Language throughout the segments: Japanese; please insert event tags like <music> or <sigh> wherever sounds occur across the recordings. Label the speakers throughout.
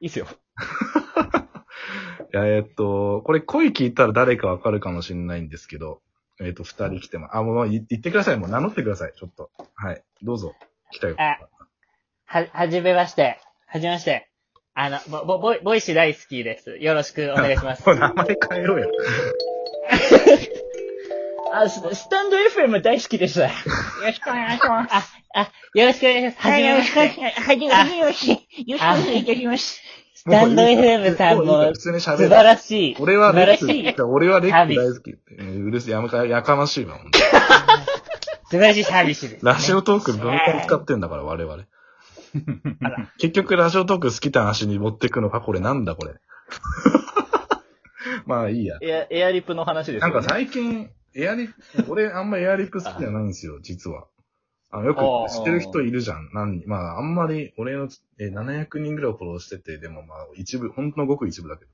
Speaker 1: いいっすよ。
Speaker 2: いやえっと、これ声聞いたら誰かわかるかもしれないんですけど、えっと、二人来ても、あ、もうい言ってください。もう名乗ってください。ちょっと。はい。どうぞ。来たよ。
Speaker 3: あは、はじめまして。はじめまして。あの、ぼ、ぼ、ボイボイシ大好きです。よろしくお願いします。
Speaker 2: もう名前変えろよ。
Speaker 1: あ、ススタンド FM 大好きです。よろしくお願いします。
Speaker 3: あ、あ、よろしくお願いします。はじめまして。
Speaker 1: はい、よろしくお願いします。よろしくお願いいたします。
Speaker 3: スタンド FM さん
Speaker 2: もういいから
Speaker 3: も
Speaker 2: 普通に
Speaker 3: 素
Speaker 2: 喋
Speaker 3: 晴
Speaker 2: る。
Speaker 3: らしい。
Speaker 2: 俺はレッ
Speaker 3: 素
Speaker 2: ク
Speaker 3: 晴らしい。
Speaker 2: ス、俺はレック
Speaker 3: 旅
Speaker 2: ス大好きって。えーうるせえ、やむか、やかましいわ、ほんと
Speaker 3: 素晴らしいサービスです。
Speaker 2: ラジオトーク文化使ってんだから、我々。結局、ラジオトーク好きな話に持ってくのか、これなんだ、これ。 <laughs> まあ、いいや。
Speaker 1: エア、エアリップの話です
Speaker 2: な
Speaker 1: よ
Speaker 2: ん
Speaker 1: ね。
Speaker 2: か最近、エアリ、俺あんまエアリップ好きじゃないんです
Speaker 1: <laughs>
Speaker 2: よ、実は。あの、よく
Speaker 1: ああ
Speaker 2: 知ってる人いるじゃん。何人まあ、あんまり、俺の、え、700人ぐらいフォローしてて、でもまあ、一部、ほんのごく一部だけど。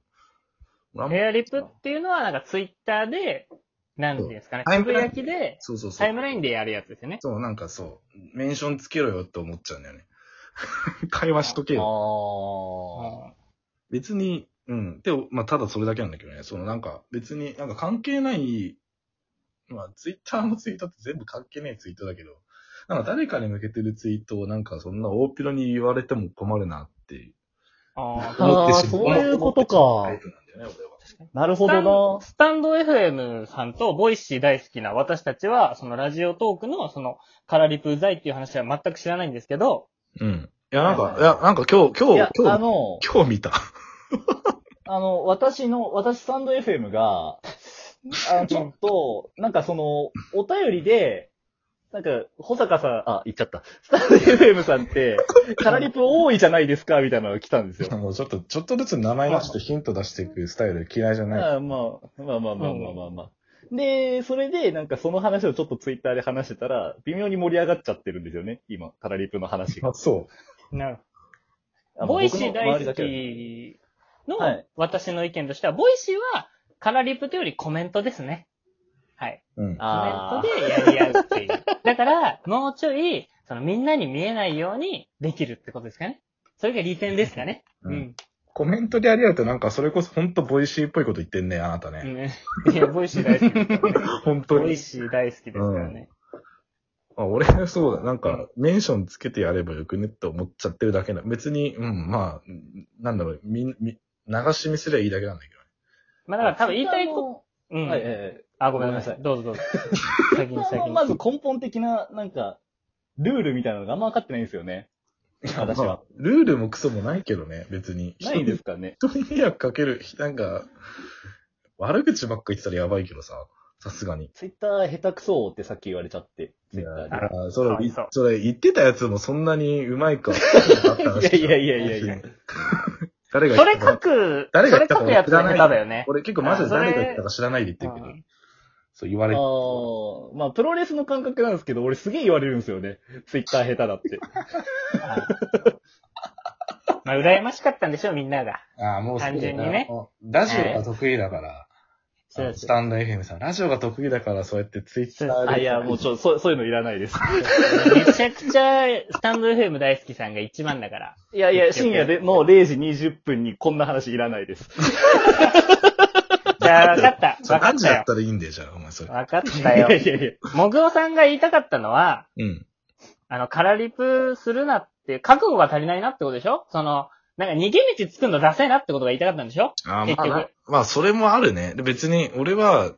Speaker 2: 俺あんま
Speaker 3: エアリプっていうのは、なんかツイッターで、なんていうんですかね、
Speaker 2: そうタイ
Speaker 3: つ
Speaker 2: ム
Speaker 3: ぶ
Speaker 2: ライン
Speaker 3: やきで、
Speaker 2: そうそうそ
Speaker 3: タイ
Speaker 2: う。
Speaker 3: ムラインでやるやつですよね。
Speaker 2: そう、なんかそう、メンションつけろよって思っちゃうんだよ
Speaker 1: <laughs>
Speaker 2: ね。会話しとけ
Speaker 1: あ
Speaker 2: よ。
Speaker 1: ー
Speaker 2: 別に、うん。で、まあ、ただそれだけなんだけどね。そのなんか、別になんか関係ない、まあ、ツイッターのツイートって全部関係ないツイートだけど、なんか誰かに向けてるツイートをなんかそんな大っぴろに言われても困るなっていう。
Speaker 3: あー
Speaker 2: 思
Speaker 4: あ
Speaker 2: っ
Speaker 4: あ、
Speaker 2: てしま
Speaker 4: そういうことか
Speaker 2: タイ。プなんだよね、俺は。
Speaker 4: なる
Speaker 3: ス
Speaker 4: ほ
Speaker 3: タン
Speaker 4: どな。
Speaker 3: スタンド FM さんとボイシー大好きな私たちは、そのラジオトークのそのカラリプ剤っていう話は全く知らないんですけど、
Speaker 2: うん。いや、なんか、いや、なんか今日、今
Speaker 1: い
Speaker 2: 日
Speaker 1: や、、あ
Speaker 2: 今日、
Speaker 1: の、
Speaker 2: 今日見た。
Speaker 1: あの、私の、私スタンド FM が、あの、ちょっと、なんかその、お便りで、なんか、保坂さん、あ、言っちゃった。スタンド FM さんって、カラリプ多いじゃないですか、みたいなのが来たんですよ。
Speaker 2: もうちょっと、ちょっとずつ名前出してヒント出していくスタイル嫌いじゃない。
Speaker 1: ああまあ、まあまあまあまあまあまあ。で、それで、なんかその話をちょっとツイッターで話してたら、微妙に盛り上がっちゃってるんですよね、今、カラリプの話が
Speaker 2: あ、。そ
Speaker 3: なる
Speaker 1: あの
Speaker 3: ボイシー
Speaker 1: 僕の周
Speaker 3: 大好
Speaker 1: りだけだ
Speaker 3: きの
Speaker 1: はい
Speaker 3: 私の意見としては、ボイシーはカラリプというよりコメントですね。はい。
Speaker 2: う。うん。
Speaker 3: コ
Speaker 1: あ
Speaker 3: メントでやり合う
Speaker 1: <laughs>
Speaker 3: っていう。だから、もうちょい、そのみんなに見えないようにできるってことですかね。それが利点ですかね。
Speaker 2: う
Speaker 3: うんん。
Speaker 2: コメントでやり合うとなんかそれこそほんとボイシーっぽいこと言ってんね、あなた
Speaker 3: う
Speaker 2: ね。
Speaker 3: んいや、ボイシー大好き
Speaker 1: <laughs>
Speaker 3: ですからね。
Speaker 2: 本当
Speaker 3: ボ
Speaker 2: に
Speaker 3: イ。シー大好きですからね。
Speaker 2: あ、俺、そうだ、なんか、メンションつけてやればよくねって思っちゃってるだけな。別に、うん、まあ、なんだろう、み、み、流し見すりゃいいだけなんだけ
Speaker 3: まあだか
Speaker 1: あ
Speaker 3: ら多分言いたいこう
Speaker 1: と
Speaker 3: ん。
Speaker 1: はい、え
Speaker 3: あ、ごめんなさい。どうぞどうぞ。 <laughs> 先
Speaker 1: え。ま
Speaker 3: に
Speaker 1: あ
Speaker 3: 先
Speaker 1: まあ
Speaker 3: に。
Speaker 1: まず根本的な、なんか、ルールみたいなのがあんま分かってないんですよね。
Speaker 2: どね。
Speaker 1: 私
Speaker 2: ま
Speaker 1: は
Speaker 2: あ。、ルールもクソもないけどね、別に。
Speaker 1: <laughs> ないですかね。
Speaker 2: 人に人に迷惑かける、なんか、悪口ばっか言ってたらやばいけどさ、さすがに。
Speaker 1: ツイッター下手くそってさっき言われちゃって、ツイッターで。
Speaker 2: あそ
Speaker 3: かわ
Speaker 2: れ
Speaker 3: いそう、
Speaker 2: それ言ってたやつもそんなにうまいか。い
Speaker 1: <laughs> いやいやいやいやいや。
Speaker 2: <laughs> 誰が
Speaker 3: そ
Speaker 2: 言っ
Speaker 3: れ
Speaker 2: たか
Speaker 3: 書く、そ
Speaker 2: 誰が言
Speaker 3: れ
Speaker 2: った
Speaker 3: 書
Speaker 2: か
Speaker 3: くやつが下手だよね。
Speaker 2: 俺結構マジで誰が言ったか知らないで
Speaker 3: う
Speaker 2: 言ってるけど、
Speaker 3: ん
Speaker 2: そう言われ
Speaker 1: あ
Speaker 2: て
Speaker 1: あ、まあ、プロレスの感覚なんですけど、俺すげえ言われるんですよね。ツイッター下手だって。
Speaker 3: まあ、羨ましかったんでしょう、みんなが。
Speaker 2: ああ、もうそうだな
Speaker 3: 単純にね。
Speaker 2: ラジオが得意だから、
Speaker 3: そう
Speaker 2: あのスタンド FM さん、ラジオが得意だから、そうやってツイッタ
Speaker 3: そう
Speaker 2: ーで。
Speaker 1: <laughs> あ、い <laughs> や、もうちょ、そう、そういうのいらないです。
Speaker 3: めちゃくちゃ、スタンド FM 大好きさんが一番だ
Speaker 2: <laughs>
Speaker 3: から。
Speaker 1: いやいや、
Speaker 3: 深
Speaker 1: 深
Speaker 3: 夜
Speaker 1: 夜
Speaker 3: で
Speaker 1: での0時20分にこんな話いらないです。
Speaker 3: じゃあ、分かった。
Speaker 2: <laughs> それ
Speaker 3: 分かっ
Speaker 2: 何時
Speaker 3: た
Speaker 2: だっ
Speaker 3: よ。
Speaker 2: たらいいんだよ、じゃあ、お前それ。
Speaker 3: 分かった
Speaker 1: いや
Speaker 3: よ。
Speaker 1: いやいや。
Speaker 3: もぐおさんが言いたかったのは、
Speaker 2: うん。
Speaker 3: あの、カラリプするなって、覚悟が足りないなってことでしょその、なんか逃げ道作るのダサいなってことが言いたかったんでしょ
Speaker 2: あー
Speaker 3: 結
Speaker 2: まあ
Speaker 3: 局
Speaker 2: な、まあ、それもあるね。で別に、俺は、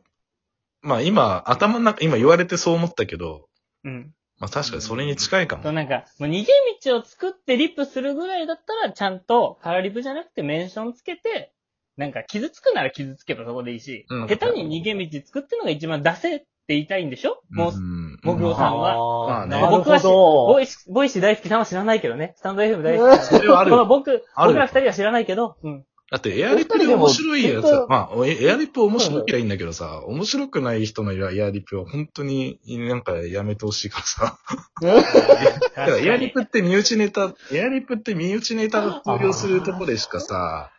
Speaker 2: まあ今、頭の中、今言われてそう思ったけど、
Speaker 3: うん。
Speaker 2: まあ確かにそれに近いか
Speaker 3: そ
Speaker 2: も。
Speaker 3: うなんか、もう逃げ道を作ってリップするぐらいだったら、ちゃんとカラリプじゃなくてメンションつけて、なんか傷つくなら傷つけばそこでいいし、
Speaker 2: うん
Speaker 3: 下手に逃げ道作ってのが一番ダセって言いたいんでしょもう、
Speaker 2: ん
Speaker 3: もぐおさんは
Speaker 2: まあ
Speaker 4: あー
Speaker 2: ね
Speaker 4: なる
Speaker 3: 僕は
Speaker 4: ほ
Speaker 3: しボ
Speaker 4: ど。
Speaker 3: イシ、ボイシ大好きさんは知らないけどね。スタンド FM 大好きさん。
Speaker 2: それはある
Speaker 3: この僕、
Speaker 2: ある
Speaker 3: 僕ら二人は知らないけど、うん。
Speaker 2: だってエアリップで面白いやつ、まあ、おエアリップ面白きゃいいんだけどさ、面白くない人のエアリップは本当になんかやめてほしいからさ。だからエアリップって身内ネタ、エアリップって身内ネタを投了するとこでしかさ、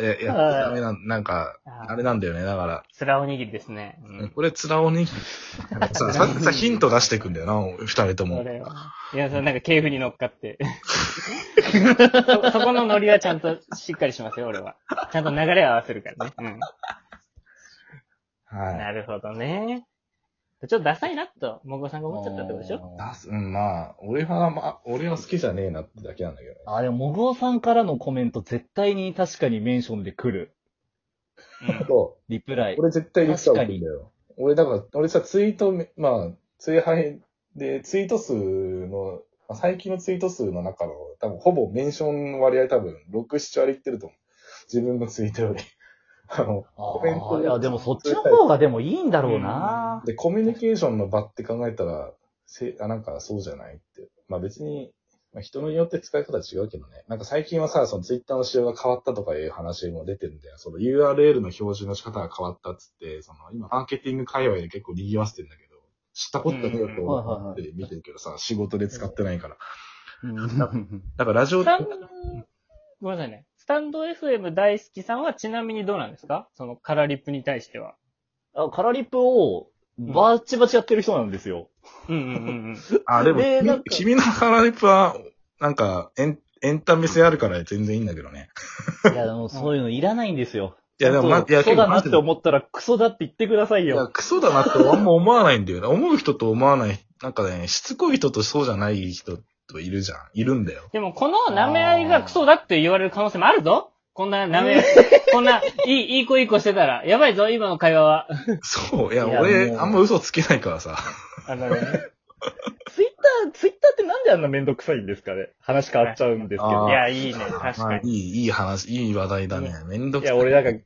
Speaker 2: え、いや、
Speaker 3: はい
Speaker 2: ダメなん、なんか、あれなんだよね。だから、
Speaker 3: つらおにぎりですね。うん。
Speaker 2: これ、つらおにぎり。さ、さっきさ、ヒント出していくんだよな、二人と
Speaker 3: そ
Speaker 2: も。
Speaker 3: れを。いや、それなんか系譜に乗っか <laughs> って。そ、そこのノリはちゃんとしっかりしますよ、俺は。ちゃんと流れを合わせるからね。うん。
Speaker 2: はい。
Speaker 3: なるほどね。ちょっとダサいなと、もごさんが思っちゃったってことでしょ
Speaker 2: 出す、うん、まあ、俺は、まあ、俺は好きじゃねえなってだけなんだけどね。
Speaker 1: あ、でも、もぐおさんからのコメント絶対に確かにメンションで来る。
Speaker 3: うん
Speaker 2: そ
Speaker 1: リプラ
Speaker 2: う
Speaker 1: イ。
Speaker 2: 俺絶対リプライ送るんだよ。俺、だから、俺さ、ツイートめ、まあ、ツイハイで、ツイート数の、まあ最近のツイート数の中の、多分、ほぼメンションの割合多分、6、7割いってると思う。自分のツイートより。 <laughs> あの、コメン
Speaker 1: あ
Speaker 2: ト
Speaker 1: ーい
Speaker 2: や
Speaker 1: や、でもそっちの方がでもいいんだろうな。
Speaker 2: で、コミュニケーションの場って考えたら、せあなんかそうじゃないって。まあ別に、まあ、人によって使い方は違うけどね。なんか最近はさ、そのツイッターの仕様が変わったとかいう話も出てるんだよ。その URL の表示の仕方が変わったっつって、その今マーケティング界隈で結構賑わせてんだけど、知ったことねえよと思って見てるけどさ、仕事で使ってないから。
Speaker 1: うん
Speaker 2: だからラジオ
Speaker 3: スタンド、ごめんなさいね。スタンド FM 大好きさんはちなみにどうなんですかそのカラリップに対しては。
Speaker 1: あカラリップをバチバチやってる人なんですよ。
Speaker 3: うんうんうんうん。
Speaker 2: あ、でも
Speaker 1: でなんか、
Speaker 2: 君君のカラリップは、なんかエン、エンタメ性あるから全然いいんだけどね。
Speaker 1: いや、でもそういうのいらないんですよ。
Speaker 2: いや、でも、まい
Speaker 1: ちょ
Speaker 2: や
Speaker 1: っとクソだなって
Speaker 2: 結構
Speaker 1: 思ったらクソだって言ってください
Speaker 2: いや、
Speaker 1: よ。
Speaker 2: クソだなってあんま思わないんだよな。思う人と思わない、なんかね、しつこい人とそうじゃない人といるじゃん。いるんだよ。
Speaker 3: でも、この舐め合いがクソだって言われる可能性もあるぞこんな舐 <laughs> め合い、こんな、いい、いい子いい子してたら、やばいぞ、今の会話は。
Speaker 2: そう。いや、
Speaker 1: いや
Speaker 2: 俺、
Speaker 1: もう
Speaker 2: あんま嘘つけないからさ。
Speaker 3: あのね、
Speaker 1: ツイッター、ツイッターってなんであんなめんどくさいんですかね話変わっちゃうんですけ
Speaker 2: あ
Speaker 1: ど
Speaker 2: ー
Speaker 3: い。や、いい
Speaker 2: <laughs>
Speaker 3: ね、確
Speaker 2: まあ
Speaker 3: か
Speaker 2: い
Speaker 3: に。
Speaker 2: い、いい話、いい話題だね。めんど
Speaker 1: い
Speaker 2: くさい。
Speaker 1: や、俺なんか、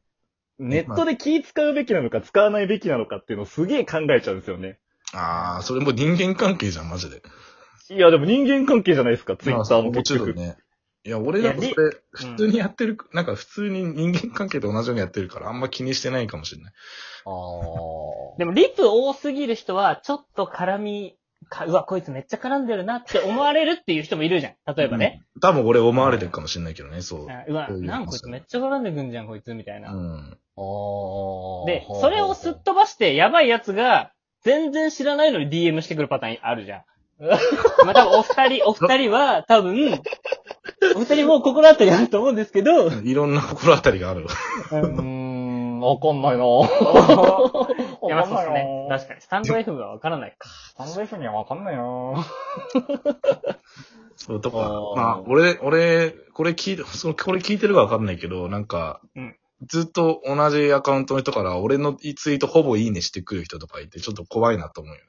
Speaker 1: ネットで気使うべきなのか使わないべきなのかっていうのをすげえ考えちゃうんですよね。
Speaker 2: ああ、それもう人間関係じゃん、マジで。
Speaker 1: いや、でも人間関係じゃないですか、ツイッターも
Speaker 2: もち
Speaker 1: 結
Speaker 2: ろん。
Speaker 1: 局
Speaker 2: ね。いや、俺だとそ
Speaker 3: い
Speaker 2: れ
Speaker 3: や、
Speaker 2: 普通にやってる、なんか普通に人間関係と同じようにやってるから、あんま気にしてないかもしれない。
Speaker 1: あー
Speaker 3: でも、リプ多すぎる人は、ちょっと絡み、かうわ、こいつめっちゃ絡んでるなって思われるっていう人もいるじゃん。例えばね。
Speaker 2: うん。多分俺思われてるかもしれないけどね、そう。
Speaker 3: あうわ、
Speaker 2: そういう
Speaker 3: なんかこいつめっちゃ絡んでくんじゃん、こいつ、みたいな。
Speaker 2: うん。
Speaker 1: あー
Speaker 3: で、それをすっ飛ばして、やばいやつが、全然知らないのに DM してくるパターンあるじゃ <laughs> ん。まあ多分お二人、お二人は、多分、お二人もう心当たりあると思うんですけど、う
Speaker 2: いろんな心当たりがあるわ。
Speaker 1: うー
Speaker 3: ん
Speaker 1: ん、わかんないなぁ。
Speaker 3: <laughs> いや、まあそう
Speaker 1: わ
Speaker 3: で
Speaker 1: か
Speaker 3: す
Speaker 1: んない
Speaker 3: ね。
Speaker 1: なぁ。
Speaker 3: 確かに。スタンド F がわからないか。
Speaker 1: サンドイフにはわかんないなぁ。
Speaker 2: そう、とか、
Speaker 1: あー
Speaker 2: まあ、俺、俺、これ聞いて、 <laughs> その、これ聞いてるかわかんないけど、なんか、
Speaker 3: うん
Speaker 2: ずっと同じアカウントの人から、俺のツイートほぼいいねしてくる人とかいて、ちょっと怖いなと思うよね。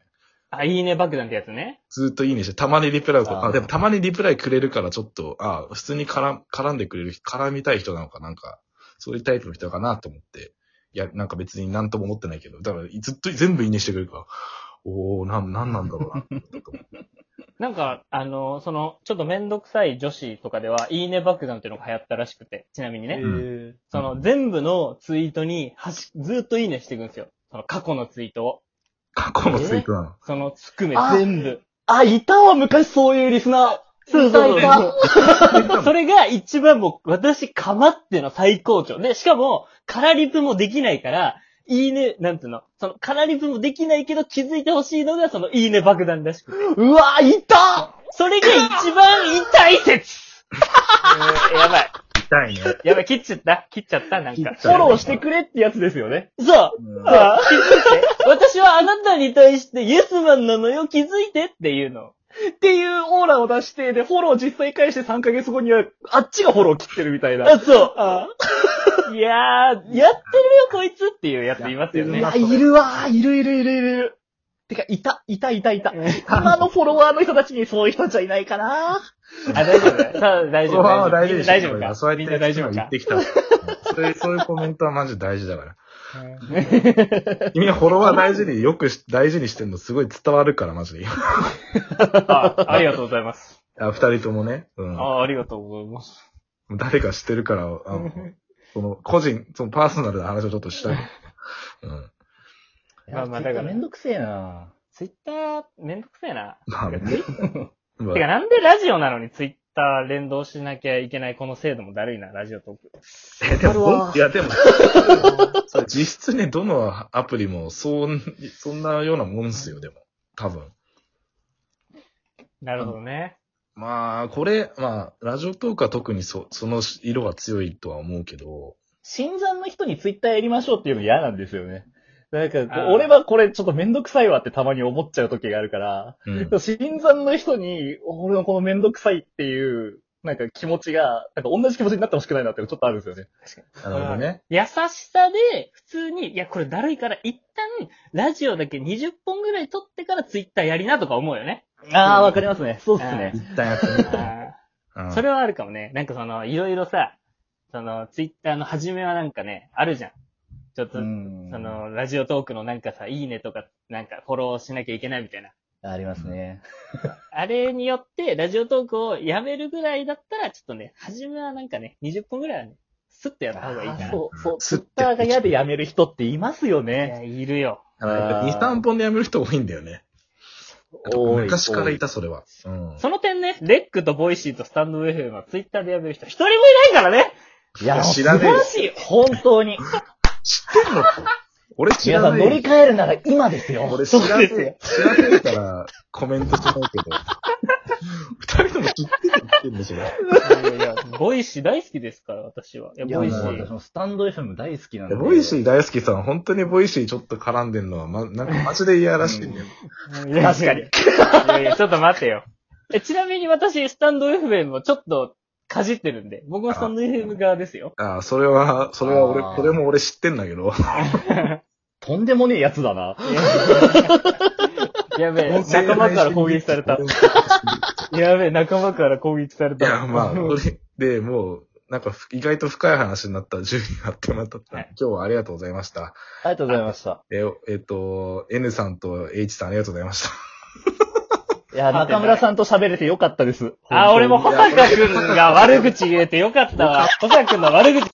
Speaker 3: あ、いいね爆弾ってやつね。
Speaker 2: ずっといいねして、たまにリプライをこう
Speaker 1: あー
Speaker 2: あ、でもたまにリプライくれるから、ちょっと、あー普通に絡ん絡んでくれる、絡みたい人なのか、なんか、そういうタイプの人かなと思って、いや、なんか別になんとも思ってないけど、だから、ずっと全部いいねしてくれるから、おー、なん、なんなんだろうな。
Speaker 3: なんか、あの、その、ちょっとめんどくさい女子とかでは、いいね爆弾っていうのが流行ったらしくて、ちなみにね。
Speaker 1: え
Speaker 3: その、全部のツイートに、はし、ずーっといいねしていくんですよ。その、過去のツイートを。
Speaker 2: 過去のツイートなの。
Speaker 3: その、含め
Speaker 1: あ
Speaker 3: 全部。
Speaker 1: あ、いたわ、昔そういうリスナー。
Speaker 3: そうそう
Speaker 1: いたいた
Speaker 3: そう。それが一番もう、私、かまっての最高潮。で、しかも、カラリプもできないから、いいね、なんていうの、その、カラリプもできないけど気づいてほしいのが、その、いいね爆弾らしくて。
Speaker 1: うわ、いた
Speaker 3: それが一番痛い説えーやばい。
Speaker 2: 痛いね。
Speaker 3: やばい、切っちゃった切っちゃったなん
Speaker 1: フ
Speaker 3: か。
Speaker 1: ォローしてくれってやつですよね。
Speaker 3: そう
Speaker 2: うん
Speaker 3: あ気づいて。私はあなたに対してイエスマンなのよ、気づいてっていうの。
Speaker 1: っていうオーラを出して、で、フォロー実際返して3ヶ月後には、あっちがフォロー切ってるみたいな。
Speaker 3: あ、そう。いやー、やってるよ、こいつっていうやついますよね。
Speaker 1: いや、いるわいるいるいるいる。てか、いた、いたいたいた。今のフォロワーの人たちにそういう人じゃいないかな
Speaker 3: あ、大丈夫。さあ、大丈夫。
Speaker 2: ああ
Speaker 3: 大丈夫。
Speaker 2: 大
Speaker 3: 大
Speaker 2: 丈
Speaker 3: 丈
Speaker 2: 夫
Speaker 3: 夫
Speaker 2: で
Speaker 3: か。
Speaker 2: すよ。
Speaker 3: みんな大丈夫
Speaker 2: 言っ
Speaker 3: か。
Speaker 2: てきた。そういう、そういうコメントはマジ大事だから。君はフォロワー大事に、よくし大事にしてるのすごい伝わるから、マジで。
Speaker 3: あありがとうございます。
Speaker 2: あ二人ともね。うん。
Speaker 3: あありがとうございます。
Speaker 2: 誰か知ってるから、あ
Speaker 3: <laughs>
Speaker 2: の、その、個人、そのパーソナルな話をちょっとしたい。うん。
Speaker 3: まあまあ
Speaker 1: いや Twitter
Speaker 3: だから
Speaker 1: めんどくせえな
Speaker 3: ツイッター、めんどくせえな。
Speaker 2: まあ、
Speaker 3: て
Speaker 2: まあ
Speaker 3: か、なんでラジオなのにツイッター連動しなきゃいけないこの制度もだるいな、ラジオトーク。
Speaker 2: え、で
Speaker 1: わかるわ
Speaker 2: も、いや、でも、それ実質ね、どのアプリも、そう、そんなようなもんですよ、でも。多分。
Speaker 3: なるほどね。
Speaker 2: まあ、これ、まあ、ラジオトークは特にそ、その色が強いとは思うけど、
Speaker 1: 新参の人にツイッターやりましょうっていうの嫌なんですよね。なんかこ
Speaker 3: あー
Speaker 1: う、俺はこれちょっとめんどくさいわってたまに思っちゃう時があるから、
Speaker 2: うん。
Speaker 1: 新参の人に、俺のこのめんどくさいっていう、なんか気持ちが、なんか同じ気持ちになってほしくないなっていうのちょっとあるんですよね。
Speaker 2: なるほどね。
Speaker 3: 優しさで、普通に、いや、これだるいから、一旦、ラジオだけ20本ぐらい撮ってからツイッターやりなとか思うよ <laughs> ね。
Speaker 1: あ
Speaker 2: う
Speaker 1: あ、
Speaker 2: ん
Speaker 1: わかりますね。そうっすね。
Speaker 2: 一旦やってみて。うん
Speaker 3: それはあるかもね。なんかその、いろいろさ、その、ツイッターの初めはなんかね、あるじゃん。ちょっと、
Speaker 1: うん
Speaker 3: そ、の、ラジオトークのなんかさ、いいねとか、なんかフォローしなきゃいけないみたいな。
Speaker 1: ありますね。
Speaker 3: あれによって、ラジオトークをやめるぐらいだったら、ちょっとね、初めはなんかね、20分ぐらいはね、スッとやった方がいいか
Speaker 1: あ
Speaker 3: な。
Speaker 1: そう、そう、ツ
Speaker 2: すっ
Speaker 1: イッ
Speaker 2: て
Speaker 1: ターが嫌でやめる人っていますよ
Speaker 3: いや、
Speaker 1: ね。
Speaker 3: いるよ。
Speaker 2: あのやっぱ2、3本でやめる人多いんだよね。
Speaker 1: 多い
Speaker 2: 昔からいた、それは。うん。
Speaker 3: その点ね、レックとボイシーとスタンドウェフはツイッターでやめる人一人もいないからね
Speaker 1: いや、
Speaker 2: 知らねえ
Speaker 1: 素晴
Speaker 2: よ
Speaker 1: らしい。本当に。
Speaker 2: 知ってんの俺知
Speaker 1: 皆
Speaker 2: ら
Speaker 1: さん乗
Speaker 2: ね
Speaker 1: り
Speaker 2: え。
Speaker 1: 換えるなら今ですよ。
Speaker 2: 俺知らね
Speaker 3: そうで
Speaker 2: え。知らねえからコメントしないけど。二人とも知ってて言ってんでしょ。
Speaker 1: <laughs>
Speaker 3: いやいや、ボイシー大好きですから、私は。いや、
Speaker 1: いや、
Speaker 3: ボ
Speaker 1: も
Speaker 3: イ
Speaker 1: う
Speaker 3: シー。
Speaker 1: 私もスタンド FM 大好きなん
Speaker 2: いや
Speaker 1: で。
Speaker 2: ボイシー大好きさん、本当にボイシーちょっと絡んでんのは、ま、なんかマジで嫌らしいんだよ。
Speaker 3: いや
Speaker 1: 確かに。
Speaker 3: いやいや、ちょっと待ってよ。 <laughs> え、ちなみに私、スタンド FM をちょっとかじってるんで、僕はスタンド FM 側ですよ。
Speaker 2: ああ、それは、それは俺
Speaker 1: あー、
Speaker 2: それも俺知ってんだけど。
Speaker 1: とんでもねえやつだな。
Speaker 3: やべえ、 <laughs> 仲間から攻撃さ
Speaker 2: <laughs>
Speaker 3: れた。やべえ、仲間から攻撃され
Speaker 2: い
Speaker 3: た。<laughs>
Speaker 2: や、まあ、それで、もう、なんか、意外と深い話になった10人あってもらった。
Speaker 3: は
Speaker 2: 今
Speaker 3: い
Speaker 2: 日はありがとうございました。
Speaker 1: ありがとうございました。
Speaker 2: え、えっと、N さんと H さんありがとうございました。
Speaker 1: いや、中村さんと喋れてよかったです。
Speaker 3: あ、俺も
Speaker 1: 本当に
Speaker 3: 保坂くんが悪口言えてよかったわ。保坂くんの悪口